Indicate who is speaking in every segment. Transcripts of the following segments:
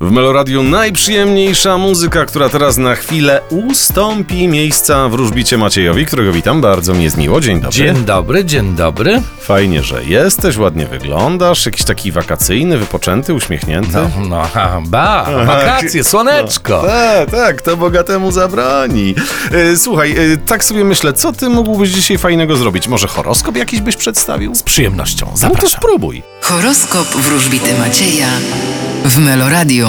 Speaker 1: W Meloradiu najprzyjemniejsza muzyka, która teraz na chwilę ustąpi miejsca wróżbicie Maciejowi, którego witam, bardzo mi jest miło, dzień dobry.
Speaker 2: Dzień dobry, dzień dobry.
Speaker 1: Fajnie, że jesteś, ładnie wyglądasz, jakiś taki wakacyjny, wypoczęty, uśmiechnięty.
Speaker 2: No, no ha, ba, wakacje, słoneczko.
Speaker 1: Tak, tak, to bogatemu zabroni. E, Słuchaj, e, tak sobie myślę, co ty mógłbyś dzisiaj fajnego zrobić? Może horoskop jakiś byś przedstawił?
Speaker 2: Z przyjemnością,
Speaker 1: No to
Speaker 2: zapraszam.
Speaker 1: spróbuj.
Speaker 3: Horoskop wróżbity Macieja w Meloradio.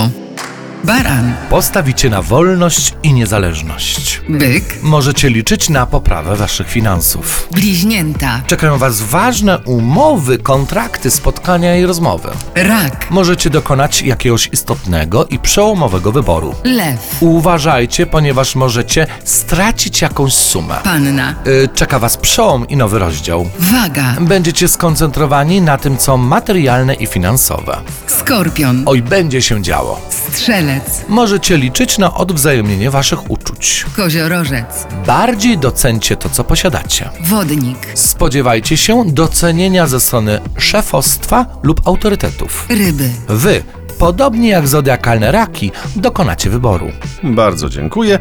Speaker 3: Baran,
Speaker 2: Postawicie na wolność i niezależność.
Speaker 3: byk,
Speaker 2: Możecie liczyć na poprawę waszych finansów.
Speaker 3: bliźnięta,
Speaker 2: Czekają was ważne umowy, kontrakty, spotkania i rozmowy.
Speaker 3: rak,
Speaker 2: Możecie dokonać jakiegoś istotnego i przełomowego wyboru.
Speaker 3: lew,
Speaker 2: Uważajcie, ponieważ możecie stracić jakąś sumę.
Speaker 3: panna,
Speaker 2: Y, Czeka was przełom i nowy rozdział.
Speaker 3: waga,
Speaker 2: Będziecie skoncentrowani na tym, co materialne i finansowe.
Speaker 3: skorpion,
Speaker 2: Oj, będzie się działo.
Speaker 3: strzelec,
Speaker 2: Możecie liczyć na odwzajemnienie waszych uczuć.
Speaker 3: koziorożec,
Speaker 2: Bardziej docencie to, co posiadacie.
Speaker 3: wodnik,
Speaker 2: Spodziewajcie się docenienia ze strony szefostwa lub autorytetów.
Speaker 3: ryby.
Speaker 2: Wy, podobnie jak zodiakalne raki, dokonacie wyboru.
Speaker 1: Bardzo dziękuję.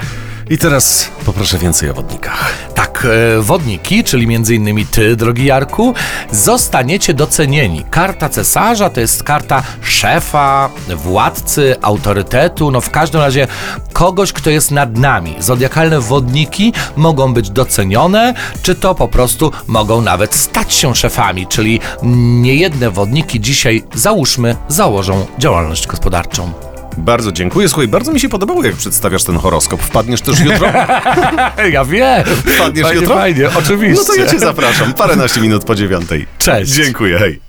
Speaker 1: I teraz poproszę więcej o wodnikach.
Speaker 2: Tak, e, wodniki, czyli m.in. ty, drogi Jarku, zostaniecie docenieni. Karta cesarza to jest karta szefa, władcy, autorytetu, no w każdym razie kogoś, kto jest nad nami. Zodiakalne wodniki mogą być docenione, czy to po prostu mogą nawet stać się szefami, czyli niejedne wodniki dzisiaj, załóżmy, założą działalność gospodarczą.
Speaker 1: Bardzo dziękuję. Słuchaj, bardzo mi się podobało, jak przedstawiasz ten horoskop. Wpadniesz też jutro?
Speaker 2: Ja wiem!
Speaker 1: Wpadniesz
Speaker 2: Fajnie,
Speaker 1: jutro?
Speaker 2: Fajnie, oczywiście.
Speaker 1: No to ja cię zapraszam. Paręnaście minut po dziewiątej.
Speaker 2: Cześć.
Speaker 1: Dziękuję, hej.